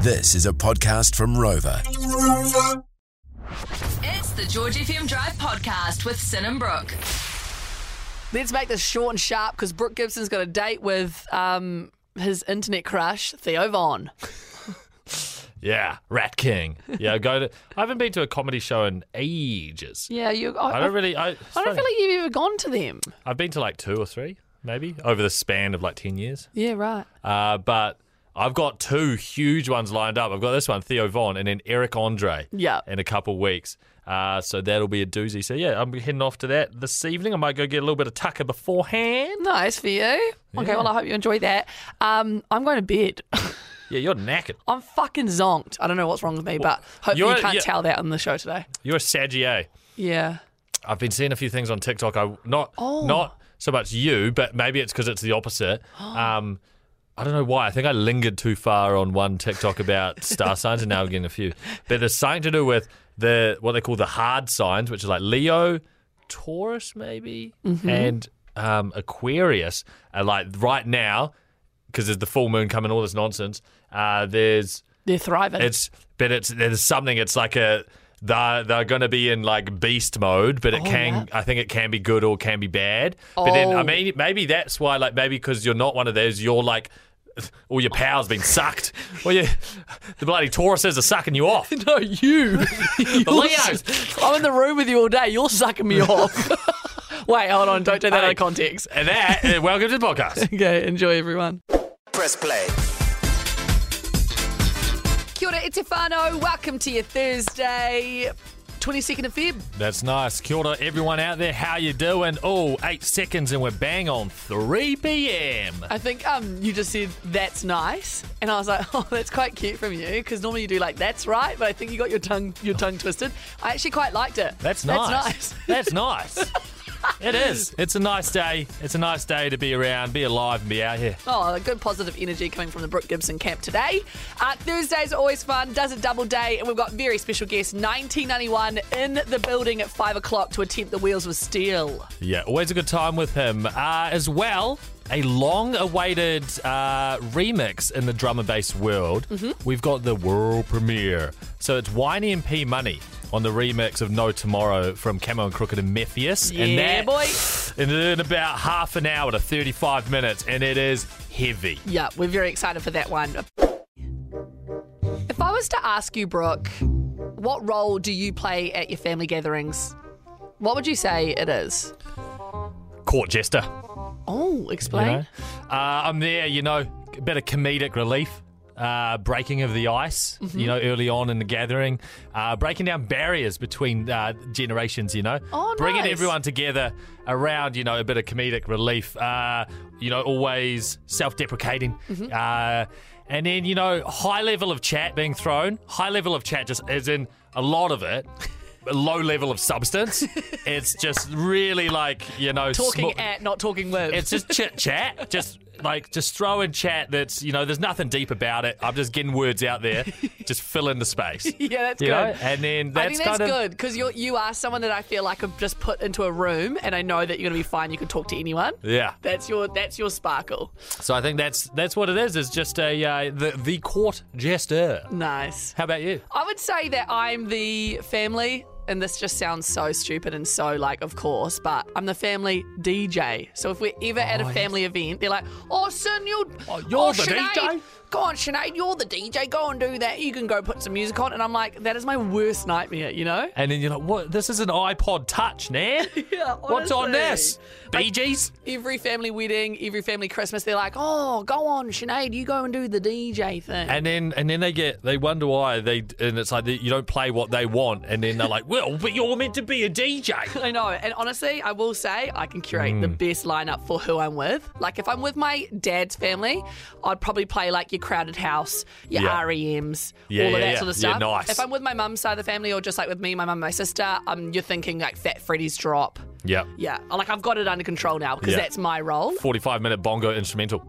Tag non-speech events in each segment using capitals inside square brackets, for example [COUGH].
This is a podcast from Rover. It's the George FM Drive podcast with Sin and Brooke. Let's make this short and sharp because Brooke Gibson's got a date with um, his internet crush, Theo Vaughn. Yeah, Rat King. Yeah, go to. I haven't been to a comedy show in ages. Yeah, you. I don't really. I, I don't feel like you've ever gone to them. I've been to like two or three, maybe over the span of like ten years. Yeah, right. Uh, but I've got two huge ones lined up. I've got this one, Theo Vaughn, and then Eric Andre. Yeah. in a couple weeks. Uh, so that'll be a doozy. So yeah, I'm heading off to that this evening. I might go get a little bit of tucker beforehand. Nice for you. Okay, Yeah. well, I hope you enjoy that. Um, I'm going to bed. [LAUGHS] Yeah, you're knackered. I'm fucking zonked. I don't know what's wrong with me, but hopefully you're- you can't yeah. tell that on the show today. You're a Sagier. Yeah. I've been seeing a few things on TikTok. I not Oh. not so much you, but maybe it's because it's the opposite. Um, I don't know why. I think I lingered too far on one TikTok about star signs, and now I'm getting a few. But there's something to do with the what they call the hard signs, which is like Leo, Taurus, maybe, and um, Aquarius. Are like right now, because there's the full moon coming, all this nonsense. Uh, there's They're thriving. it's but it's there's something. It's like a they're they're going to be in like beast mode, but it can I think it can be good or can be bad. But then Oh. I mean maybe that's why like maybe because you're not one of those you're like. [LAUGHS] All your power's been sucked. Well, you, the bloody Tauruses are sucking you off. [LAUGHS] no, you. [LAUGHS] The Leos. I'm in the room with you all day. You're sucking [LAUGHS] me off. [LAUGHS] Wait, hold on. Don't do that Hey. out of context. And that, uh, welcome to the podcast. [LAUGHS] Okay, enjoy everyone. Press play. Kia ora, Itifano. Welcome to your Thursday, 22nd of Feb. [LAUGHS] That's nice. Kia ora, everyone out there. How you doing? Oh, eight seconds and we're bang on 3 p.m. I think um, you just said, that's nice. And I was like, [LAUGHS] oh, that's quite cute from you. Because normally you do like, that's right. But I think you got your tongue your tongue twisted. I actually quite liked it. That's nice. That's nice. [LAUGHS] That's nice. it is. It's a nice day. It's a nice day to be around, be alive, and be out here. Oh, a good positive energy coming from the Brooke Gibson camp today. Uh, Thursdays are always fun, does a double day, and we've got very special guest 1991 in the building at 5 o'clock to attempt the wheels with steel. Yeah, always a good time with him. Uh, as well, a long awaited uh, remix in the drum and bass world. Mm-hmm. We've got the world premiere. So it's Winey and P Money on the remix of No Tomorrow from Camo and Crooked and Mephius. and Yeah, that, boy. And in about half an hour to 35 minutes, and it is heavy. Yeah, we're very excited for that one. If I was to ask you, Brooke, what role do you play at your family gatherings? What would you say it is? Court Jester. Oh, explain. You know? Uh, I'm there, you know, a bit of comedic relief. Uh, breaking of the ice, Mm-hmm. you know, early on in the gathering, uh, breaking down barriers between uh, generations, you know, Oh, bringing nice. everyone together around, you know, a bit of comedic relief, uh, you know, always self deprecating. Mm-hmm. Uh, and then, you know, high level of chat being thrown, high level of chat, just as in a lot of it. [LAUGHS] a Low level [LAUGHS] of substance. it's just really like you know Talking sm- at, not talking with. [LAUGHS] it's just chit chat. Just like just throw in chat that's you know, there's nothing deep about it. I'm just getting words [LAUGHS] out there. Just fill in the space. yeah, that's You good. know? And then that's, I think that's kind of good because you you are someone that I feel like I've just put into a room, and I know that you're going to be fine. You can talk to anyone. Yeah. That's your that's your sparkle. So I think that's that's what it is. It's just a uh, the the court jester. Nice. How about you? I would say that I'm the family, and this just sounds so stupid and so like, of course, but I'm the family DJ. So if we're ever at a family event, they're like, "Oh, son, you're Oh, you're the Sinead, DJ? Go on, Sinead, you're the DJ. Go and do that. You can go put some music on." And I'm like, "That is my worst nightmare," you know. And then you're like, what this is an iPod touch, man. [LAUGHS] Yeah, What's on honestly. this? Bee Gees? Every family wedding, every family Christmas, they're like, "Oh, go on, Sinead, you go and do the DJ thing." And then and then they get they wonder why they and it's like you don't play what they want and then they're like, Well, but you're meant to be [LAUGHS] a DJ. [LAUGHS] I know. And honestly, I will say I can curate Mm. the best lineup for who I'm with. Like if I'm with my dad's family, I'd probably play like your Crowded House, your Yeah. REMs, Yeah, all of yeah, that yeah. sort of Yeah, stuff. nice. If I'm with my mum's side of the family or just like with me, my mum, and my sister, um, you're thinking like Fat Freddy's Drop. Yeah. Yeah. Like I've got it under control now because Yeah. that's my role. Forty five minute bongo instrumental.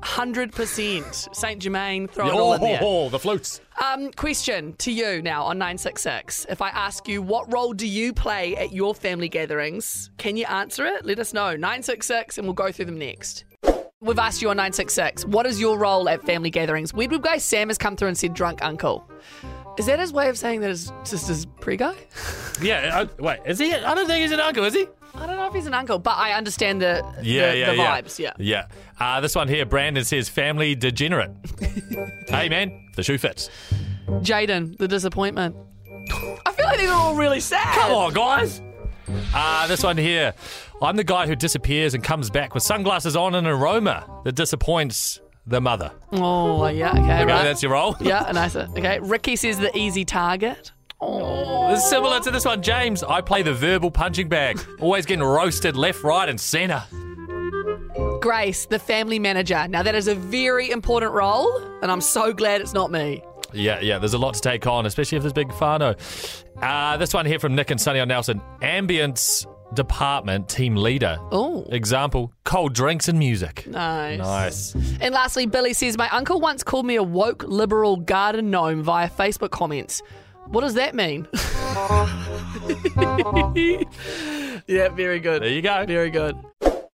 100%. St. Germain, throw it all Oh, in there. the flutes. Um, question to you now on 966. If I ask you, what role do you play at your family gatherings? Can you answer it? Let us know. 966, and we'll go through them next. We've asked you on 966, what is your role at family gatherings? Weird Web Guy Sam has come through and said drunk uncle. Is that his way of saying that his sister's pre guy? Yeah, I, wait, is he? I don't think he's an uncle, is he? I don't know if he's an uncle, but I understand the, Yeah, the, yeah, the yeah. vibes. Yeah. Yeah. Uh, this one here, Brandon says, family [LAUGHS] degenerate. hey, man, the shoe fits. Jaden, the disappointment. I feel like these are all really sad. Come on, guys. Uh, this one here. I'm the guy who disappears and comes back with sunglasses on and an aroma that disappoints the mother. Oh, yeah, okay. Okay, right. that's your role. yeah, nicer. Okay. Ricky says the easy target. Oh. [LAUGHS] It's similar to this one, James. I play the verbal punching bag, always getting roasted left, right, and centre. Grace, the family manager. Now, that is a very important role, and I'm so glad it's not me. Yeah, yeah, there's a lot to take on, especially if there's big Fano. Uh, this one here from Nick and Sunny on Nelson. Ambience department team leader. Oh. Example cold drinks and music. Nice. Nice. And lastly, Billy says, My uncle once called me a woke liberal garden gnome via Facebook comments. What does that mean? [LAUGHS] yeah, very good. There you go. Very good.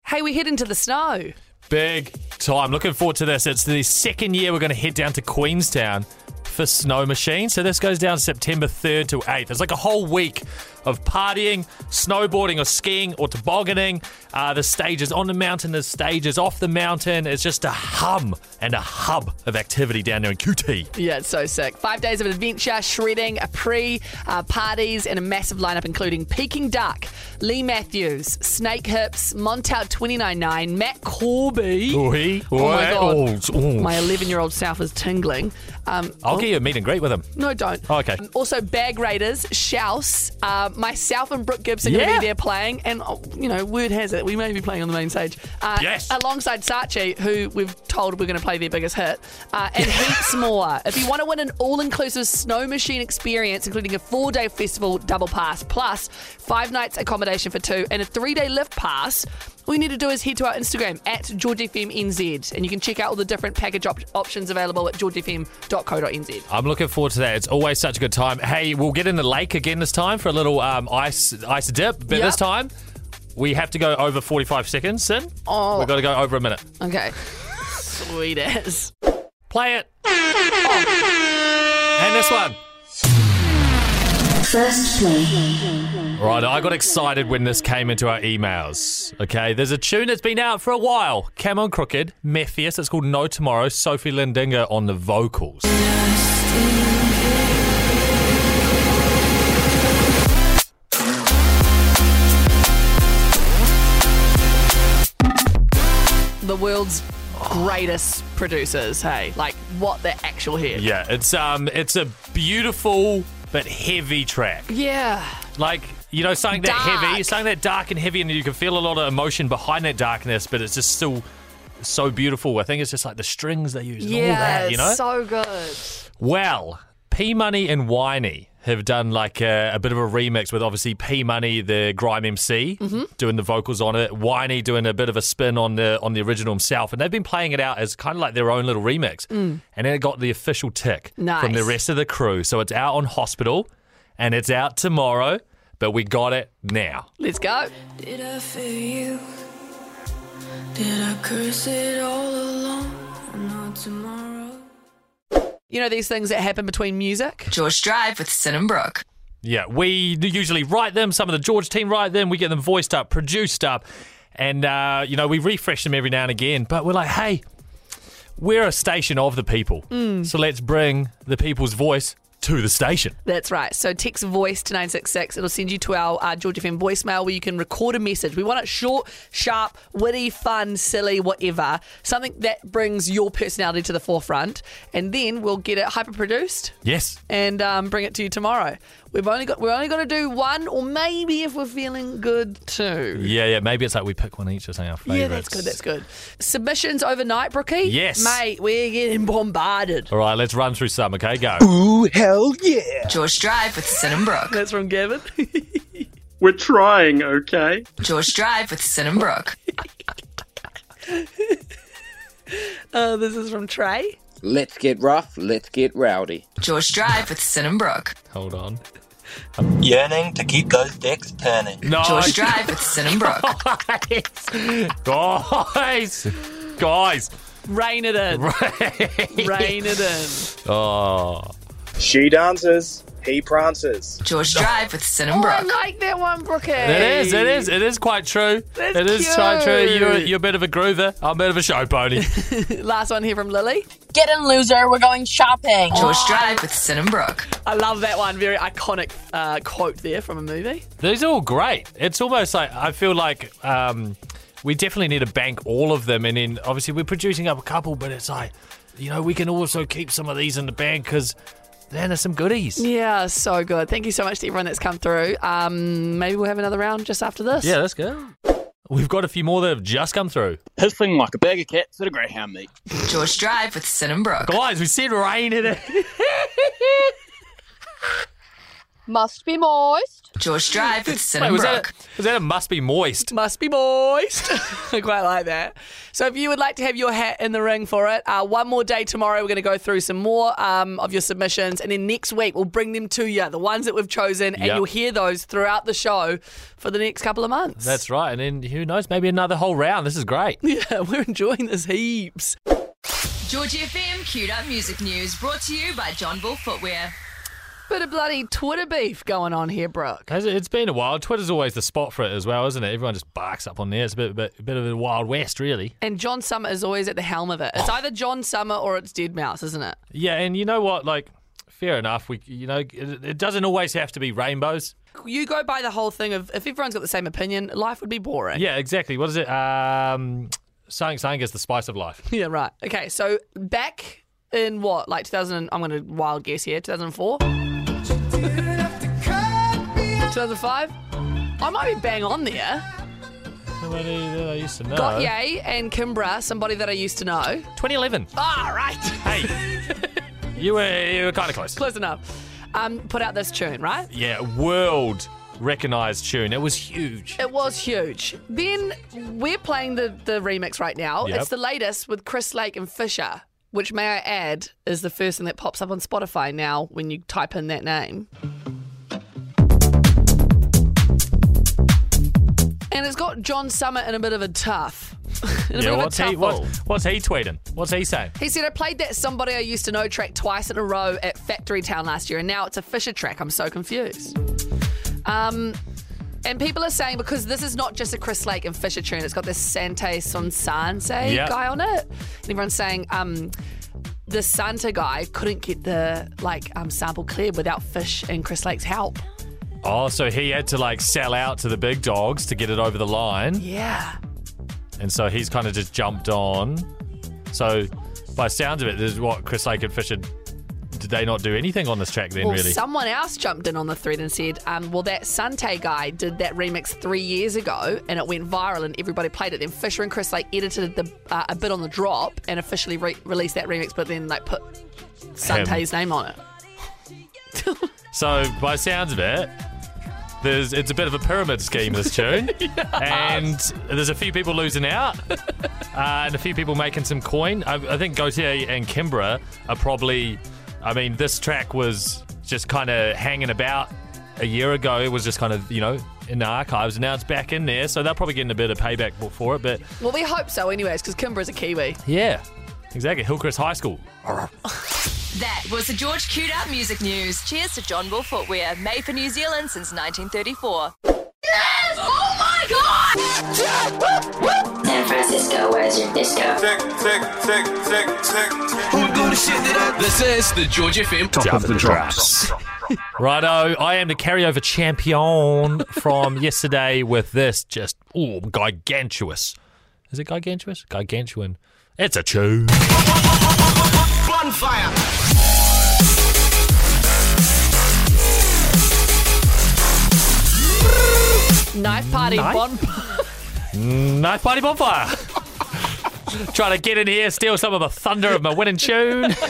Hey, we're heading to the snow. Big time. Looking forward to this. It's the second year we're going to head down to Queenstown for Snow Machine. So this goes down September 3rd to 8th. It's like a whole week of partying, snowboarding, or skiing, or tobogganing. Uh, the stages on the mountain, the stages off the mountain. It's just a hum and a hub of activity down there in QT. Yeah, it's so sick. Five days of adventure, shredding, a pre, uh, parties, and a massive lineup including Peking Duck, Lee Matthews, Snake Hips, Montout 299, Matt Corby. Oi, Oh my oi, God. oh, oh. My 11 year old self is tingling. Um, I'll get you a meet and greet with him. No, don't. Um, Oh, okay. Also, Bag Raiders, Shouse, uh, myself and Brooke Gibbs are going to Yeah. be there playing, and oh, you know, word has it we may be playing on the main stage. Uh, Yes. Alongside Saatchi, who we've told we're going to play their biggest hit, uh, and [LAUGHS] heaps more. If you want to win an all-inclusive snow machine experience, including a four-day festival double pass, plus five nights accommodation for two, and a three-day lift pass. All you need to do is head to our Instagram at GeorgeFMNZ and you can check out all the different package op- options available at georgefm.co.nz. I'm looking forward to that. It's always such a good time. Hey, we'll get in the lake again this time for a little um, ice ice dip, but Yep. this time we have to go over 45 seconds. Sin, Oh. we've got to go over a minute. Okay. Sweet ass. Play it. And this one. First play. Right, I got excited when this came into our emails. Okay, there's a tune that's been out for a while. Cameron Crooked, Mephius. It's called No Tomorrow. Sophie Lindinger on the vocals. The world's greatest producers, hey. Like, what the actual head. Yeah, it's um, it's a beautiful but heavy track. Yeah. Like, you know, something that Dark. heavy, something that dark and heavy, and you can feel a lot of emotion behind that darkness, but it's just still so beautiful. I think it's just like the strings they use and all that, you know? so good. well, P Money and Whiny have done like a, a bit of a remix with obviously P Money, the Grime MC, doing the vocals on it, Whiny doing a bit of a spin on the on the original himself, and they've been playing it out as kind of like their own little remix. And then it got the official tick from Nice. the rest of the crew. So it's out on Hospital, and it's out tomorrow. But we got it now. Let's go. Did I fail you? Did I curse it all along? I know tomorrow. You know these things that happen between music? George Drive with Sin and Brooke. Yeah, we usually write them. Some of the George team write them. We get them voiced up, produced up, and uh, you know we refresh them every now and again. But we're like, hey, we're a station of the people, Mm. so let's bring the people's voice to the station. That's right. So text voice to 966. It'll send you to our uh, George FM voicemail where you can record a message. We want it short, sharp, witty, fun, silly, whatever. Something that brings your personality to the forefront. And then we'll get it hyper produced. Yes, and um, bring it to you tomorrow. We've only got we're only going to do one, or maybe if we're feeling good, two. yeah, yeah. Maybe it's like we pick one each or something. Our favorites. Yeah, that's good. That's good. Submissions overnight, Brookie. Yes. mate, we're getting bombarded. All right, let's run through some. Okay, go. George Drive with Sin and Brooke. That's from Gavin. [LAUGHS] We're trying, okay? George Drive with Sin and Brooke. uh, this is from Trey. Let's get rough, let's get rowdy. George Drive with Sin and Brooke. [LAUGHS] Hold on. yearning to keep those decks turning. No, George Drive with Sin and Brooke. [LAUGHS] guys, guys. Guys. [LAUGHS] Rain it in. Rain it in. Oh. She dances, he prances. George Drive with Sin Oh, I Brooke. like that one, Brookie. It is, it is, it is quite true. That's it is quite true. cute. You're, you're a bit of a groover. I'm a bit of a show pony. [LAUGHS] Last one here from Lily. Get in, loser. We're going shopping. George Drive with Sin and Brooke. I love that one. Very iconic uh, quote there from a movie. These are all great. It's almost like I feel like um, we definitely need to bank all of them, and then obviously we're producing up a couple, but it's like you know we can also keep some of these in the bank because then there's some goodies. Yeah, so good. Thank you so much to everyone that's come through. Um, maybe we'll have another round just after this. Yeah, that's good. We've got a few more that have just come through. Hissing like a bag of cats at a greyhound meet. George Drive with Sin and Brooke. Guys, we said rain in it. Must be moist. George Drive with Sin Wait, and [LAUGHS] was that, Brooke. was that a must be moist? Must be moist. [LAUGHS] I quite like that. So, if you would like to have your hat in the ring for it, uh, one more day tomorrow, we're going to go through some more um, of your submissions. And then next week, we'll bring them to you, the ones that we've chosen, and Yep. you'll hear those throughout the show for the next couple of months. That's right. And then who knows, maybe another whole round. This is great. yeah, [LAUGHS] we're enjoying this heaps. George FM queued up music news brought to you by John Bull Footwear. Bit of bloody Twitter beef going on here, Brooke. Has it- It's been a while. Twitter's always the spot for it as well, isn't it? Everyone just barks up on there. It's a bit, bit, bit of a wild west, really. And John Summer is always at the helm of it. It's either John Summer or it's Dead Mouse, isn't it? Yeah, and you know what? Like, fair enough. We, you know, it, it doesn't always have to be rainbows. You go by the whole thing of if everyone's got the same opinion, life would be boring. Yeah, exactly. What is it? Um, something, something is the spice of life. Yeah, right. Okay, so back in what, like 2000, I'm going to wild guess here, 2004? 2005? I might be bang on there. Somebody that I used to know. Got Ye and Kimbra, somebody that I used to know. 2011. All right, [LAUGHS] Hey, you were you were kind of close. close enough. Um, put out this tune, right? Yeah, world recognized tune. It was huge. It was huge. Then we're playing the, the remix right now. Yep. It's the latest with Chris Lake and Fisher, which, may I add, is the first thing that pops up on Spotify now when you type in that name. And it's got John Summer in a bit of a tough. [LAUGHS] in a bit yeah, of what's a he tuffle. what's, what's he tweeting? What's he saying? He said, I played that Somebody I Used to Know track twice in a row at Factory Town last year, and now it's a Fisher track. I'm so confused. Um, and people are saying because this is not just a Chris Lake and Fisher tune, it's got this Sante Son Sanse Yeah. guy on it. And everyone's saying, um, the Santa guy couldn't get the like um, sample cleared without Fish and Chris Lake's help. Oh, so he had to like sell out to the big dogs to get it over the line. Yeah. and so he's kind of just jumped on. So, by sounds of it, this is what Chris Lake and Fisher did they not do anything on this track then? Well, really, someone else jumped in on the thread and said, um, "Well, that Sante guy did that remix three years ago, and it went viral, and everybody played it. Then Fisher and Chris like edited the uh, a bit on the drop and officially re- released that remix, but then like put Sante's name on it. so by sounds of it, there's it's a bit of a pyramid scheme this tune, and there's a few people losing out, [LAUGHS] uh, and a few people making some coin. I, I think Gautier and Kimbra are probably. I mean, this track was just kind of hanging about a year ago. It was just kind of you know in the archives, and now it's back in there. So they're probably getting a bit of payback for it, but. Well, we hope so, anyways, because Kimbra's a Kiwi. Yeah, exactly. Hillcrest High School. That was the George queued up music news. Cheers to John Bull Footwear, made for New Zealand since 1934. Oh San Francisco, where's your disco? This is the George FM Top Up the drops. Righto, I am the carryover champion [LAUGHS] from yesterday with this just, oh, gigantuous. Is it gigantuous? Gigantuan. It's a chew. Knife party, Knife? bon. Knife party bonfire. [LAUGHS] Trying to get in here, steal some of the thunder of my winning tune. [LAUGHS]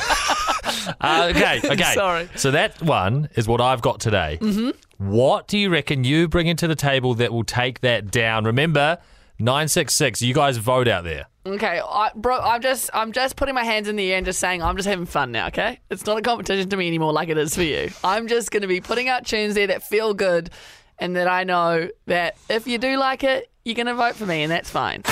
Uh, okay, okay. Sorry. So that one is what I've got today. Mm-hmm. What do you reckon you bring into the table that will take that down? Remember, nine six six. You guys vote out there. Okay, I, bro, I'm just I'm just putting my hands in the air and just saying I'm just having fun now. Okay, it's not a competition to me anymore like it is for you. I'm just going to be putting out tunes there that feel good, and that I know that if you do like it, you're going to vote for me, and that's fine.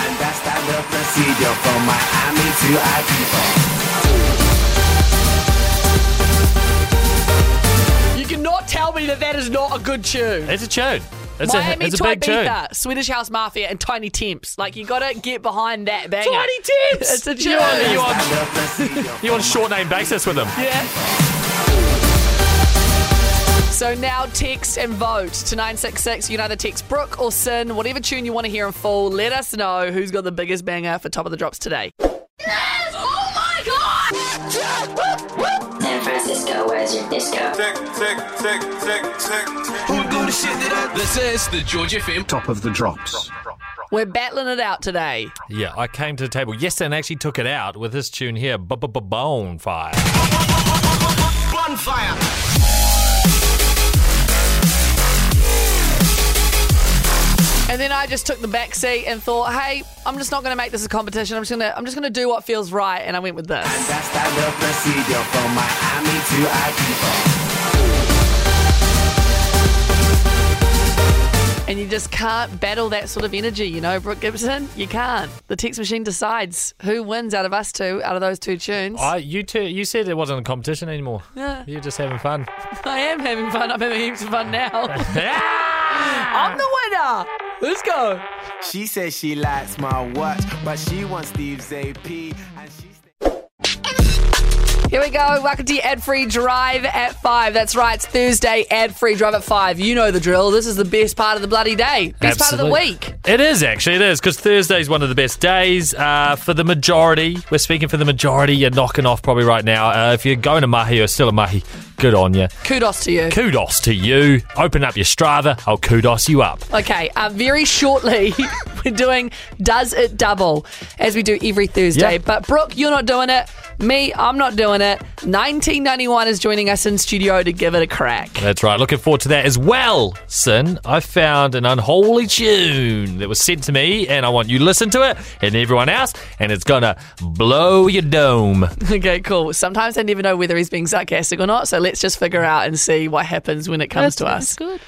You cannot tell me that that is not a good tune. It's a tune. It's Miami a it's a to big tune. Ibiza, Swedish House Mafia, and Tiny Temps. Like you gotta get behind that banger. Tiny Temps! It's a tune. You on, you on, [LAUGHS] you on short name basis with them. Yeah. So now text and vote to 966. You can either text Brooke or Sin, whatever tune you want to hear in full. Let us know who's got the biggest banger for Top of the Drops today. Oh San Francisco, where's your disco? This is the George FM Top of the drops. We're battling it out today. Yeah, I came to the table yesterday and actually took it out with this tune here, Bone Fire. And then I just took the back seat and thought, hey, I'm just not going to make this a competition. I'm just going to I'm just going to do what feels right, and I went with this. And you just can't battle that sort of energy, you know, Brooke Gibson. You can't. The text machine decides who wins out of us two, out of those two tunes. I you two, you said it wasn't a competition anymore. Yeah. You're just having fun. I am having fun. I'm having heaps of fun now. I'm the winner. Let's go. She says she likes my watch, but she wants Steve's AP. And she's Here we go. Welcome to Ad Free Drive at 5. That's right. It's Thursday, Ad Free Drive at 5. You know the drill. This is the best part of the bloody day, best part of Absolute. the week. It is actually, it is, because Thursday's one of the best days uh, for the majority. We're speaking for the majority. You're knocking off probably right now. Uh, if you're going to Mahi or still a Mahi, good on you. Kudos to you. Kudos to you. Open up your Strava. I'll kudos you up. Okay, uh, very shortly, [LAUGHS] we're doing Does It Double, as we do every Thursday. Yeah. But Brooke, you're not doing it. Me, I'm not doing it. 1991 is joining us in studio to give it a crack. That's right. Looking forward to that as well, Sin. I found an unholy tune that was sent to me, and I want you to listen to it and everyone else, and it's gonna blow your dome. [LAUGHS] Okay, cool. Sometimes I never know whether he's being sarcastic or not, so let's just figure out and see what happens when it comes to us. good.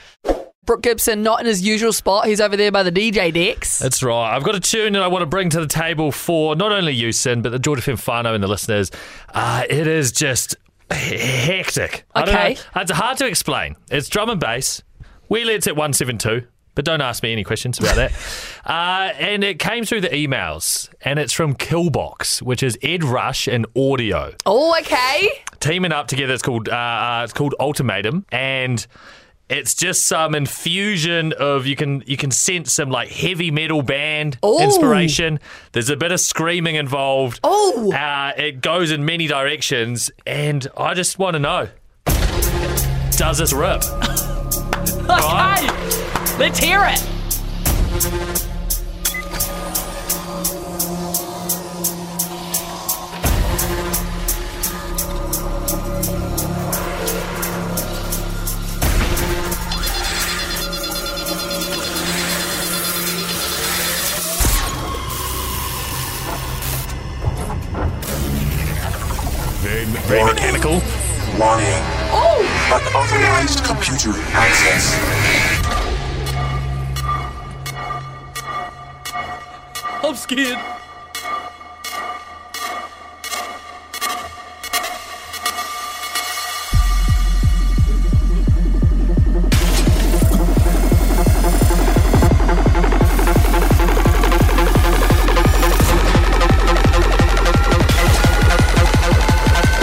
Brooke Gibson, not in his usual spot. He's over there by the DJ decks. That's right. I've got a tune that I want to bring to the table for not only you, Sin, but the Georgia Finfano and the listeners. Uh, it is just hectic. I don't Okay. know. It's hard to explain. It's drum and bass. Wheelie, it's at 172. But don't ask me any questions about that. uh, and it came through the emails, and it's from Killbox, which is Ed Rush and Audio Oh, okay. teaming up together. It's called uh, uh, it's called Ultimatum, and it's just some infusion of you can you can sense some like heavy metal band Ooh. Oh. inspiration. There's a bit of screaming involved. Ooh. uh, it goes in many directions, and I just want to know: Does this rip? Okay. Let's hear it. Very mechanical. Unauthorized computer access. I'm scared. Holy hoof, Brookie.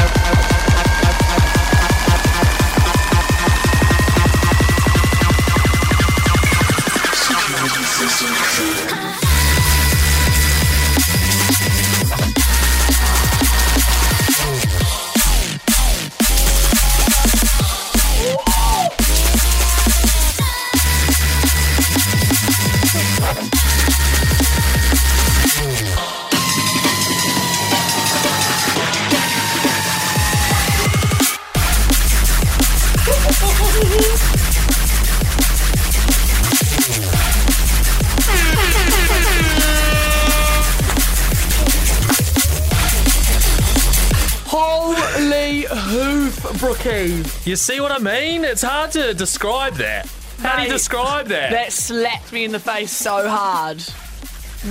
You see what I mean? It's hard to describe that. How do you Mate, describe that? That slapped me in the face so hard.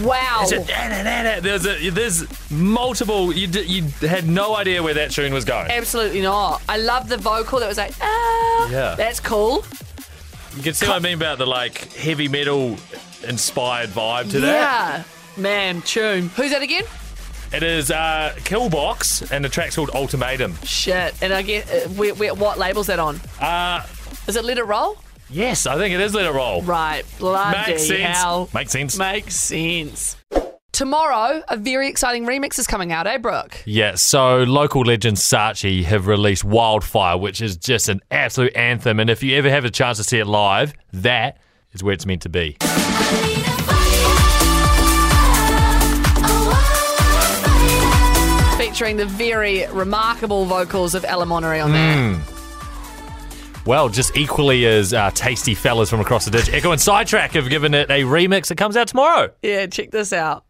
Wow. It's a da-da-da-da. There's a, there's multiple. You d- you had no idea where that tune was going. Absolutely not. I love the vocal that was like, ah, Yeah. that's cool. You can see what I mean about the like heavy metal inspired vibe to that. yeah. Man, tune. Who's that again? It is uh, Killbox, and the track's called Ultimatum. Shit. And I get, uh, we, we, what label's that on? Uh, Is it Let It Roll? yes, I think it is Let It Roll. Right. Bloody Makes sense. hell. Makes sense. Makes sense. Tomorrow, a very exciting remix is coming out, eh, Brooke? Yeah, so local legend Saatchi have released Wildfire, which is just an absolute anthem. And if you ever have a chance to see it live, that is where it's meant to be. Featuring the very remarkable vocals of Ella Monterey on there. Well, just equally as uh, tasty fellas from across the ditch, Echo and Sidetrack have given it a remix that comes out tomorrow. Yeah, check this out.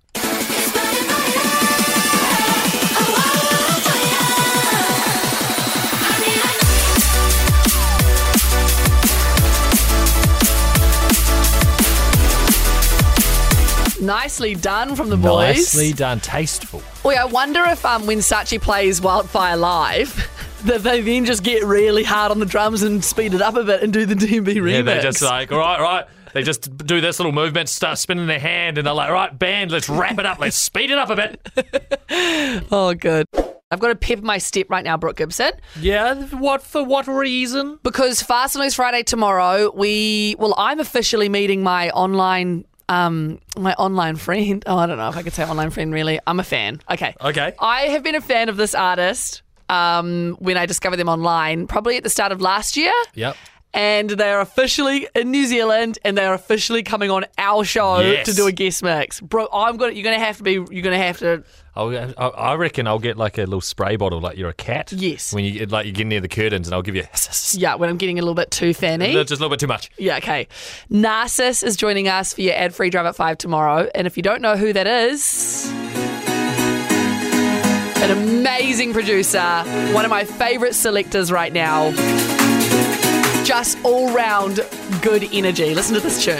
Nicely done from the boys. Nicely done, tasteful. Wait, I wonder if um, when Sachi plays Wildfire live, [LAUGHS] that they then just get really hard on the drums and speed it up a bit and do the DMB remix. Yeah, they're just like, all right, all right. They just do this little movement, start spinning their hand, and they're like, all right, band, let's wrap it up, let's speed it up [LAUGHS] a bit. oh, good. I've got to pep my step right now, Brooke Gibson. Yeah, what for what reason? because Fast and Loose Friday tomorrow, we well, I'm officially meeting my online um my online friend. Oh, I don't know if I could say online friend really. I'm a fan. Okay. Okay. I have been a fan of this artist um when I discovered them online, probably at the start of last year. Yep. And they are officially in New Zealand, and they are officially coming on our show Yes. to do a guest mix, bro. I'm gonna. You're gonna have to be. You're gonna have to. I'll, I- I reckon I'll get like a little spray bottle, like you're a cat. Yes. When you like you get near the curtains, and I'll give you [LAUGHS] yeah. Yeah, when I'm getting a little bit too fanny. just a little bit too much. Yeah, okay. Narcissus is joining us for your ad free drive at five tomorrow. And if you don't know who that is, an amazing producer, one of my favorite selectors right now. Just all round good energy. Listen to this tune.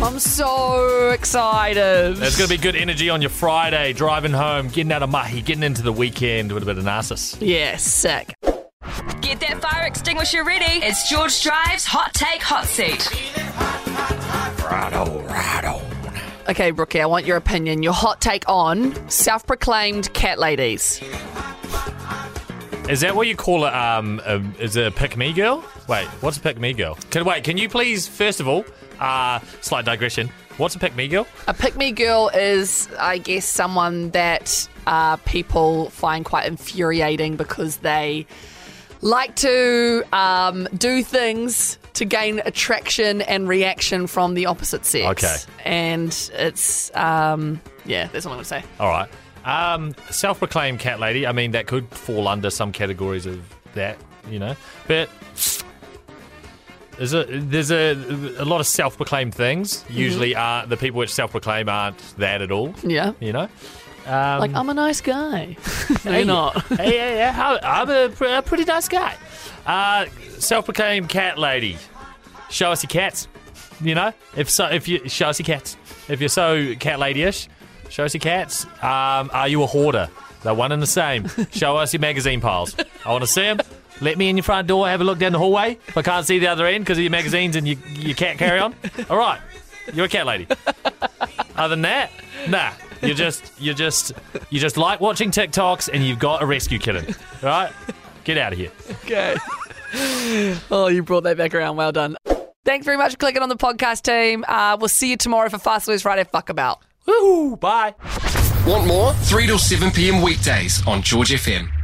I'm so excited. There's going to be good energy on your Friday, driving home, getting out of mahi, getting into the weekend with a bit of narciss. Yeah, sick. Get that fire extinguisher ready. It's George Drive's Hot Take Hot Seat. Okay, Brookie, I want your opinion, your hot take on self proclaimed cat ladies. Is that what you call it? Um, um is it a pick me girl? Wait, what's a pick me girl? Can, wait, can you please first of all, uh, slight digression. What's a pick me girl? A pick me girl is, I guess, someone that uh, people find quite infuriating because they like to um, do things to gain attraction and reaction from the opposite sex. Okay. And it's, um, yeah, that's all I'm going to say. All right. Um, self-proclaimed cat lady. I mean, that could fall under some categories of that, you know. But there's a there's a, a lot of self-proclaimed things. Usually, are the people which self-proclaim aren't that at all. Yeah. You know. Like, I'm a nice guy. [LAUGHS] no, you're not. [LAUGHS] hey, yeah, yeah. I'm a, pr- a pretty nice guy. Uh, self-proclaimed cat lady. Show us your cats. You know, if so, if you show us your cats. If you're so cat lady-ish, show us your cats. Um, are you a hoarder? They're one and the same. Show us your magazine piles. I want to see them. Let me in your front door. Have a look down the hallway. If I can't see the other end because of your magazines and your, your cat carry on. All right, you're a cat lady. Other than that, nah. You just you just you just like watching TikToks and you've got a rescue kitten. Right? Get out of here. Okay. [LAUGHS] oh, you brought that back around. Well done. Thanks very much for clicking on the podcast team. Uh, we'll see you tomorrow for Fast Lose Friday Fuck About. Woohoo! Bye. Want more? 3 till 7 pm weekdays on George FM.